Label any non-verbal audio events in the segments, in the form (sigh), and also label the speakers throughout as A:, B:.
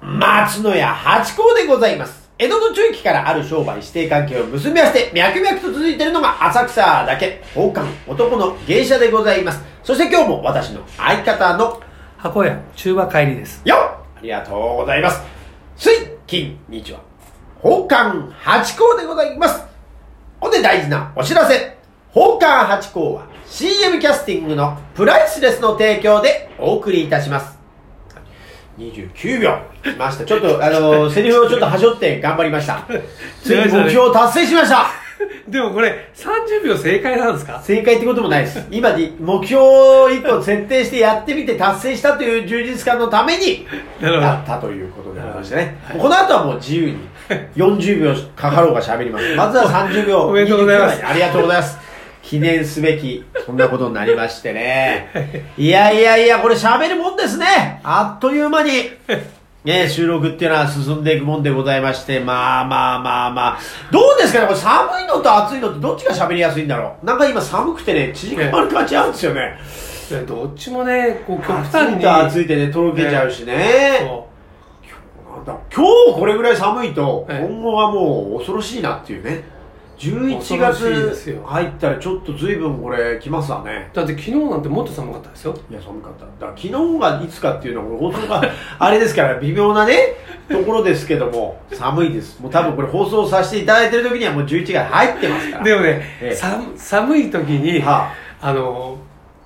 A: 松野屋八甲でございます。江戸の中期からある商売指定関係を結び合わせて、脈々と続いているのが浅草だけ、宝冠男の芸者でございます。そして今日も私の相方の
B: 箱屋中和帰りです
A: よありがとうございます。水、金、日は、宝冠八甲でございます。ここで大事なお知らせ。宝冠八甲は CM キャスティングのプライスレスの提供でお送りいたします。29秒来ました。ちょっと、あのーセリフをちょっと端折って頑張りました。ついに目標を達成しました。
B: でもこれ30秒正解なんですか
A: 正解ってこともない
B: (laughs)
A: です。今で目標を一個設定してやってみて達成したという充実感のために、
B: なるほど
A: やったということでございましてね。この後はもう自由に40秒かかろうが喋り
B: (laughs)
A: ます。まずは30秒。
B: おめでとうございます
A: ありがとうございます。記念すべき、そんなことになりましてね。いやいやいや、これ喋るもんですね。あっという間に。ね、収録っていうのは進んでいくもんでございまして、まあまあまあまあ。どうですかねこれ寒いのと暑いのってどっちが喋りやすいんだろうなんか今寒くてね、縮まる感じあるんですよね。
B: どっちもねこう極
A: 暑
B: 端
A: い
B: に
A: と暑いでね、とろけちゃうしね。
B: そ
A: なんだ今日これぐらい寒いと、
B: ええ
A: 今後はもう恐ろしいなっていうね。11
B: 恐ろしいです
A: 月
B: よ
A: 入ったらちょっと随分これ来ますわね。
B: うだって昨日なんてもっと寒かったですよ
A: いや、寒かった。だから昨日がいつかっていうのは、これ放送が (laughs) あれですから、微妙なね、ところですけども、寒いです。もう多分これ放送させていただいてる時にはもう11月入ってますから。
B: でもね、
A: ええ
B: さ寒い時に、
A: は
B: あの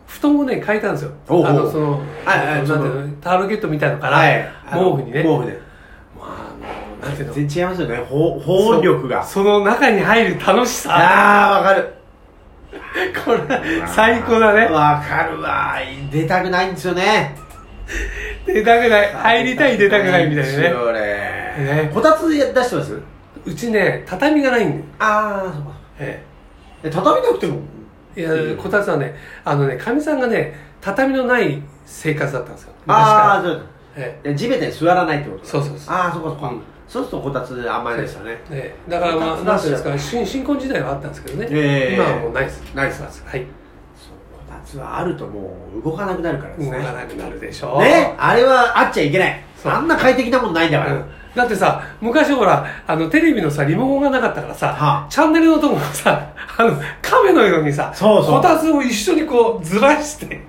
B: 布団をね変えたんですよ
A: おうおう
B: あのその,、
A: はいはい
B: なんていうのタオルケットみたいのから、
A: はい。
B: 毛布にね
A: 毛布で。
B: まああのなんていうの
A: 全然違いますよね、保保温力が。
B: その中に入る楽しさ
A: ああ、わかる。
B: これ最高だね
A: わかるわ。出たくないんですよね。
B: 出たくない入りたい出たくないみたいなね
A: それ
B: ね
A: こたつ出してます
B: うちね畳がないんだよ、
A: ああ、そうか。
B: え
A: え畳なくても。
B: え、いやこたつはねあのねかみさんがね畳のない生活だったんですよ
A: ああ、
B: 昔から
A: そう
B: え
A: え地べたに座らないってこと
B: えそうそうそう、
A: ああ、そうかそうか。
B: うん
A: そうするとこたつあんまりですよね。
B: ええ、だからまあなんていうんですか新新婚時代はあったんですけどね、
A: ええ
B: 今はもうないです
A: ないです
B: はい
A: そうこたつはあるともう動かなくなるからです
B: 動
A: ね。
B: かなくなるでしょ
A: ね、あれはあっちゃいけない。
B: そう
A: あんな快適なもんないんだ
B: う
A: から。
B: んだってさ昔ほらあのテレビのさリモコンがなかったからさ、
A: はあ
B: チャンネルのとこもさあの亀のようにさ
A: そうそう
B: こたつを一緒にこうずらして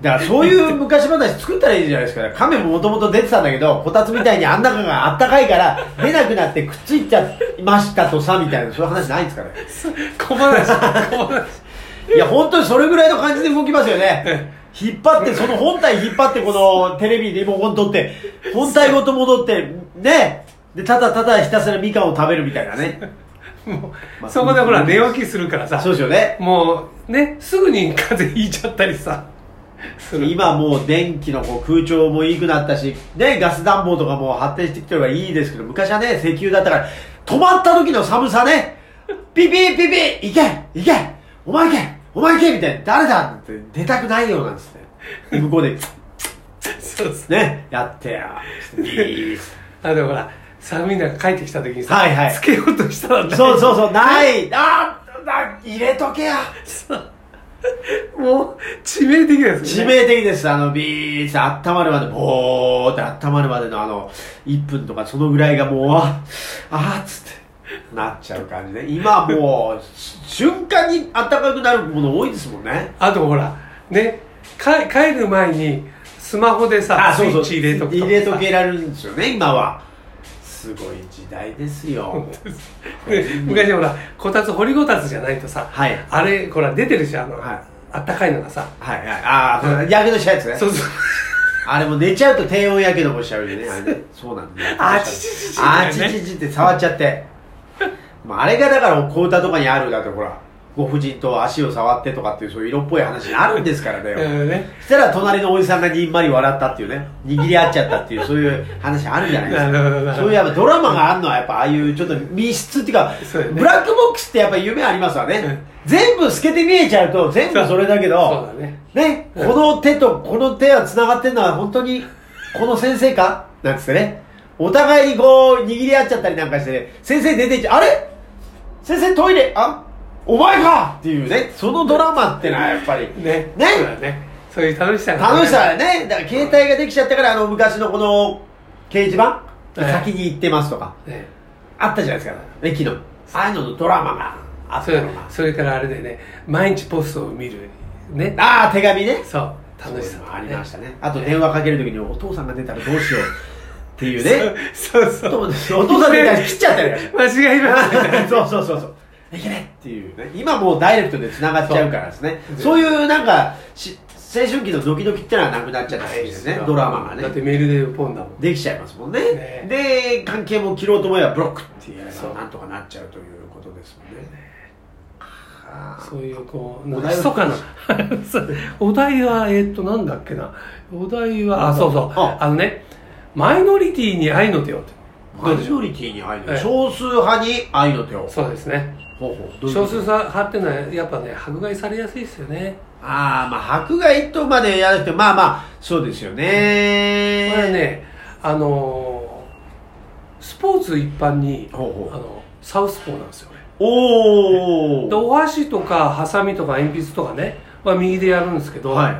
A: だからそういう昔話作ったらいいじゃないですか、亀ももともと出てたんだけどこたつみたいにあん中があったかいから出なくなってくっついちゃいましたとさみたいなそういう話ないんですかね
B: 小話小話
A: いや本当にそれぐらいの感じで動きますよね引っ張ってその本体引っ張ってこのテレビリモコン取って本体ごと戻ってねでただただひたすらみかんを食べるみたいなね
B: もう、
A: (laughs) まあ
B: そこでほら寝起きするからさ
A: そうですよね
B: もうねすぐに風邪ひいちゃったりさする
A: 今もう電気のこう空調もいいくなったし、ね、ガス暖房とかも発展してきてればいいですけど、昔はね、石油だったから、止まった時の寒さね、ピピピピ、行け行けお前行けお前行けみたいな、誰だって出たくないようなんですね。で向こうで、
B: そうです
A: ね、やってや。いい
B: あでもほら寒い中帰ってきた時にさ、
A: はいはい
B: つけようとしたら
A: そうそうそう、ないあな入れとけや
B: うもう致命的です
A: 致
B: よね
A: 命的です。あの、ビーって温まるまで、ぼーって温まるまでのあの、1分とかそのぐらいがもう、ああーっつって、なっちゃう感じね。今もう、し瞬間に暖かくなるもの多いですもんね。
B: あとほらねか帰る前にスマホでさスイッチ入れとくか
A: 入れとけられるんですよね、今は。すごい時代ですよ。
B: で昔ほらこたつ掘りごたつじゃないとさ、
A: はい
B: あれほら出てるじゃんあの、
A: はい
B: あったかいのがさ
A: はいはい。ああ、やけどしたやつね。
B: そうそう
A: あれも寝ちゃうと低温やけどもしちゃうよ
B: (laughs)
A: ね。あれねそうなんだよ。
B: あちちちち
A: あちちちって触っちゃって。まあ、あれがだから、こうたとかにあるだってほら、ご婦人と足を触ってとかっていう、そういう色っぽい話にあるんですからね。
B: うん (laughs) ね
A: そしたら、隣のおじさんがにんまり笑ったっていうね、握り合っちゃったっていう、そういう話あるじゃないです
B: なるほどなる
A: か。
B: ほど
A: そういうやっぱドラマがあるのは、やっぱああいうちょっと密室っていうか、
B: そうだね
A: ブラックボックスってやっぱ夢ありますわ
B: うん
A: ね。全部透けて見えちゃうと、全部それだけど、
B: そうだね
A: ね、こ
B: うん
A: の手とこの手が繋がってるのは本当にこの先生かなんつってね。お互いにこう握り合っちゃったりなんかして、ね、先生出てっちゃう、あれ先生トイレ、あお前かっていうね、そのドラマってのはやっぱり。
B: ね
A: ね
B: そうだねそういう楽しさが
A: 楽しさだよね。だから携帯ができちゃったから、あの昔のこの掲示板
B: ええ
A: 先に行ってますとか、
B: ね
A: あったじゃないですか、ね、昨日。ああいうののドラマがあっ
B: そ
A: た
B: れ
A: のが。
B: それからあれでね毎日ポストを見るね
A: ああ、手紙ね。
B: そう楽し
A: そういう
B: さと
A: の
B: か
A: もあ
B: ね
A: りましたね。あと電話かけるときにお父さんが出たらどうしようっていうね。 (laughs)
B: そうそうそう
A: お父さん出たら切っちゃったよ。
B: 間違いませ
A: (laughs)
B: ん
A: そうそうそうそう。いけないっていうね。今もうダイレクトで繋がっちゃうからですね。
B: そ
A: そういうなんかし、青春期のドキドキってのはなくなっちゃったんですね。ドラマ
B: だ
A: が
B: って
A: ね。
B: メールでポンだもん
A: できちゃいますもんね
B: ね
A: で、関係も切ろうと思えばブロックっていう
B: そう
A: なんとかなっちゃうということですもんね。はあ
B: そういうこう
A: お題は
B: ひそかな
A: (laughs)
B: そうお題はえーっとなんだっけなお題はあそうそう
A: あ
B: あのねマイノリティに愛の手をって
A: マ
B: どうで
A: ジ
B: しょ
A: ョ
B: う
A: リティに愛の
B: ええ
A: 手少数派に愛の手を。
B: そうですね
A: ほうほうどういうこと
B: 少数派ってのはやっぱね迫害されやすいですよね
A: ああ、まあ、迫害とまでやらなくて、まあまあ、そうですよ
B: こ
A: ね。
B: れは。ねあのースポーツ一般に
A: ほう
B: あ
A: ほう。
B: のサウスポーなんですよね
A: お
B: で
A: ー。
B: お箸とかハサミとか鉛筆とかねは右でやるんですけど、
A: はい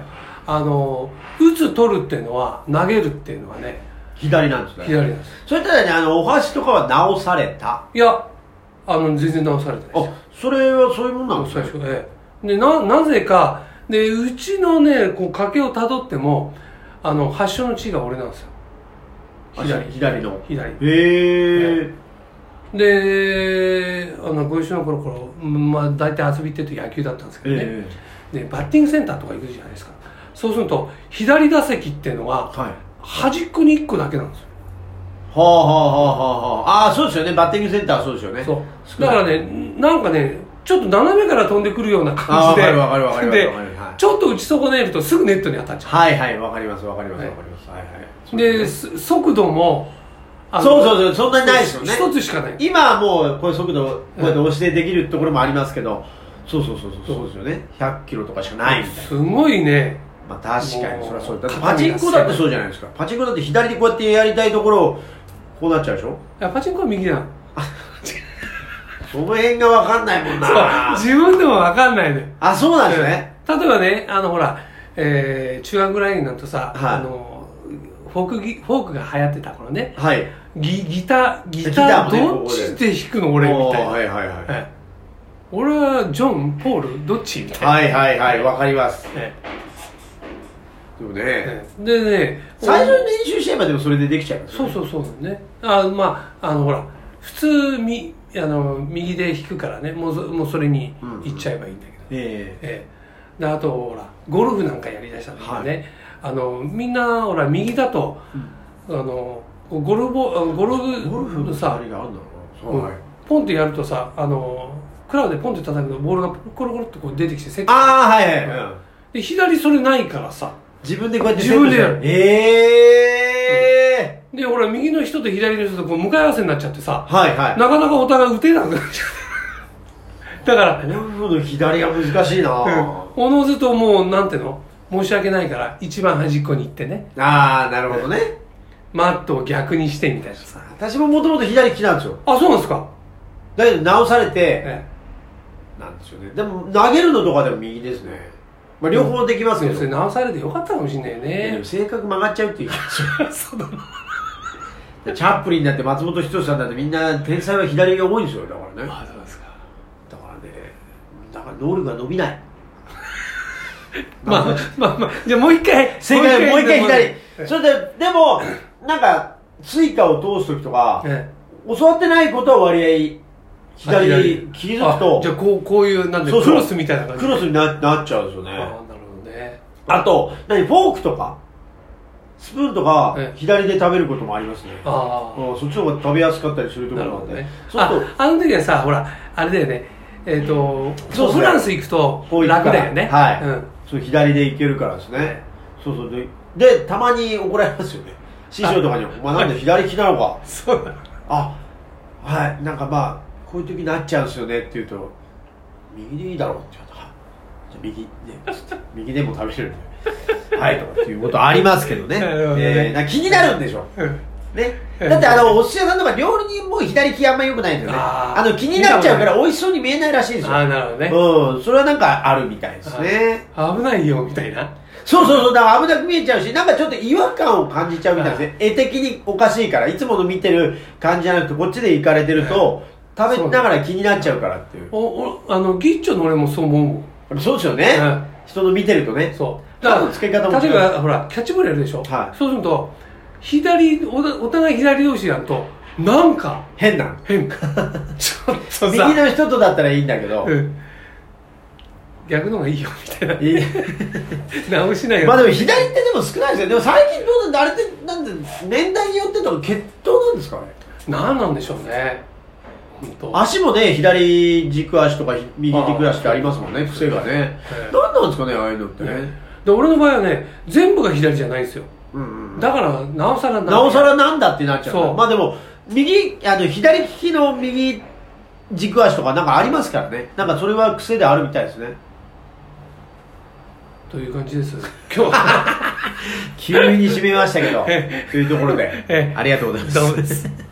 B: あの打つ取るっていうのは投げるっていうのはね
A: 左なんですね。
B: 左なんです
A: それたらね、あの、お箸とかは直された。あ、
B: いやあの全然直されてないです
A: そ
B: よ
A: れはそういうもんなんです
B: 最
A: ね。
B: 初ええでななぜかでうちのねこう家系をたどってもあの発祥の地が俺なんですよ
A: あ
B: 左
A: 左の。
B: 左
A: へえ。
B: であのご一緒の頃から、うんまあ、大体遊びってると野球だったんですけどね、
A: え
B: でバッティングセンターとか行くじゃないですかそうすると左打席っていうの
A: え
B: は
A: はい。
B: 端っこに1個だけなんですよ
A: はあはあはあはあ。ああ、そうですよね。バッティングセンターはそうですよね。
B: そう
A: 少な
B: だ
A: い
B: からねなんかねちょっと斜めから飛んでくるような
A: あ
B: 感
A: ー
B: じで
A: わかるわかるわかるわかる
B: で
A: わかるはい
B: ちょっと打ち損ねるとすぐネットに当たっちゃ
A: はいはい、わかりますわかります
B: はい
A: わかります。はいはい。
B: うです速度もあの
A: そうそうそう、そんなにないですよね。
B: 一つしかない
A: 今はもうこういう速度こうやって押してできるところもありますけど、そうそうそうそうそうですよね100キロとかしかないみたいな、
B: すごいね
A: まあ、確かにそれはそうだって
B: もう
A: パチンコだってそうじゃないですかパチンコだって左でこうやってやりたいところをこうなっちゃうでしょ
B: いやパチンコは右なの
A: その辺が分かんないもんな
B: 自分でも分かんないのよ
A: あそうなんですね、
B: 例えばねあのほら、えー中学ぐらいになるとさ、
A: はい
B: あのフォークギフォークが流行ってた頃ね
A: はい
B: ギギター
A: ギ
B: ギ
A: タ
B: タ
A: ー
B: ー
A: もね
B: どっちで弾くの俺みたい
A: おー
B: な、
A: はいはいはい、
B: ええ俺はジョンポールどっちみたいな、
A: はいはいはい分かります
B: え
A: でもね、
B: えええでね
A: 最初に練習しちゃえばでもそれでできちゃいます
B: そ
A: よ
B: う
A: ね
B: そうそうだねあまああのほら普通みあの右で弾くからねもうそもうそれに行っちゃえばいいんだけど、
A: ええ
B: ええであとほらゴルフなんかやりだしたんだけどね、
A: は
B: あのみんなほら右だと、あのゴルフボあゴルフ
A: ゴルフの
B: の
A: さ
B: さ
A: あれがあるんだろう
B: う
A: な、
B: ん
A: はい
B: ポンってやるとさあのクラブでポンって叩くとボールがコロコロってこう出てきてセット
A: ああはいはい、うん
B: で左それないからさ
A: 自分でこうやって
B: 自分でやる
A: ええ
B: でほら右の人と左の人とこう向かい合わせになっちゃってさ
A: はいはい
B: なかなかお互い打てなくなっちゃうだから
A: ゴルフの左が難しいな、あ
B: おのずともうなんていうの申し訳ないから一番端っこに行ってね
A: あなるほどね
B: マットを逆にしてみたいなさ
A: 私ももともと左利きなんですよ
B: あそうなんですか
A: だけど直されて
B: え
A: なんですよねでも投げるのとかでも右ですね、まあ、両方できますけ
B: え
A: ど、
B: それ直されてよかったかもしれないよ
A: でも
B: ね
A: 性格曲がっちゃうっていう気がす
B: そうだな
A: るチャップリンだって松本人志さんだってみんな天才は左が多いんですよだからね
B: あそうですか
A: だからねだから能力が伸びない
B: まあまあまあじゃあもう一回
A: 正解もう一回
B: え
A: 左それででもなんかスイカを通す時とか
B: え
A: 教わってないことは割合左に切り抜く
B: あじゃあ
A: と
B: こうこういうなんで
A: そう
B: ク
A: そう
B: ロスみたいな感じ
A: クロスにななっちゃうんですよ
B: ああ
A: ね
B: なるほどね
A: あと何フォークとかスプーンとか
B: ええ
A: 左で食べることもありますね
B: あ
A: うんそっちの方が食べやすかったりするとこ
B: あなる
A: ろな
B: ほ
A: ん
B: ど
A: で
B: ね
A: そうする
B: ああの時はさほらあれだよねえっと
A: そうそう
B: フランス行くと
A: こう行く
B: 楽
A: から
B: だよね
A: はい
B: うん
A: とそう左でいけるからですねそうそうででたまに怒られますよね師匠とかに「お前なんで左利きなのか」
B: そうだ
A: あはいなんかまあこういう時になっちゃうんですよねって言うと「右でいいだろ」って言うとあ「じゃあ右ね」つって (laughs) 右でも食べれるんで「はい」とかっていうことありますけどね
B: (laughs) なるほどね
A: えーなんか気になるんでしょ
B: うん
A: ね、だってあのお寿司屋さんとか料理人も左利きあんま良くないんだよね
B: あ
A: あ
B: ー
A: の気になっちゃうから美味しそうに見えないらしいんです
B: ああ
A: よ、
B: なるほどね
A: うんそれはなんかあるみたいですね
B: 危ないよみたいな
A: そうそうそう、だから危なく見えちゃうし、なんかちょっと違和感を感じちゃうみたいですね。絵的におかしいから、いつもの見てる感じじゃなくて、こっちで行かれてると、食べながら気になっちゃうからっていう。
B: おおあのギッチョの俺もそう思うもん
A: そうですよね
B: うん。
A: 人の見てるとね。
B: そう
A: だから付け方も違
B: 例
A: う
B: えばほらキャッチボールやるでしょ、
A: はい
B: そうすると左おだお互い左同士やるとなんか
A: 変なの。 (laughs)
B: 変ちょっと
A: 右
B: さ、
A: の人とだったらいいんだけど
B: う。ん、逆の方がいいよみたい
A: いい
B: な直しないよ、
A: まあでも左ってでも少ないですよ。でも最近どうなんだ、あれって、なんで、年代によってとか血統なんですかね。
B: 何なんでしょうね本当
A: 足もね、左軸足とか右軸足ってありますもんね、癖がね
B: え。え
A: なんなんですかね、ああいうのってね。
B: で俺の場合はね全部が左じゃないんですよ
A: うんうん。
B: だからなおさら
A: なおさ
B: ら
A: らなんだってなっちゃうから
B: そう
A: まあでも右あの左利きの右軸足とかなんかありますからねなんかそれは癖であるみたいですね
B: という感じです今日は
A: 急に締めましたけどというところで
B: (laughs) ええ
A: ありがとうございます
B: どうもです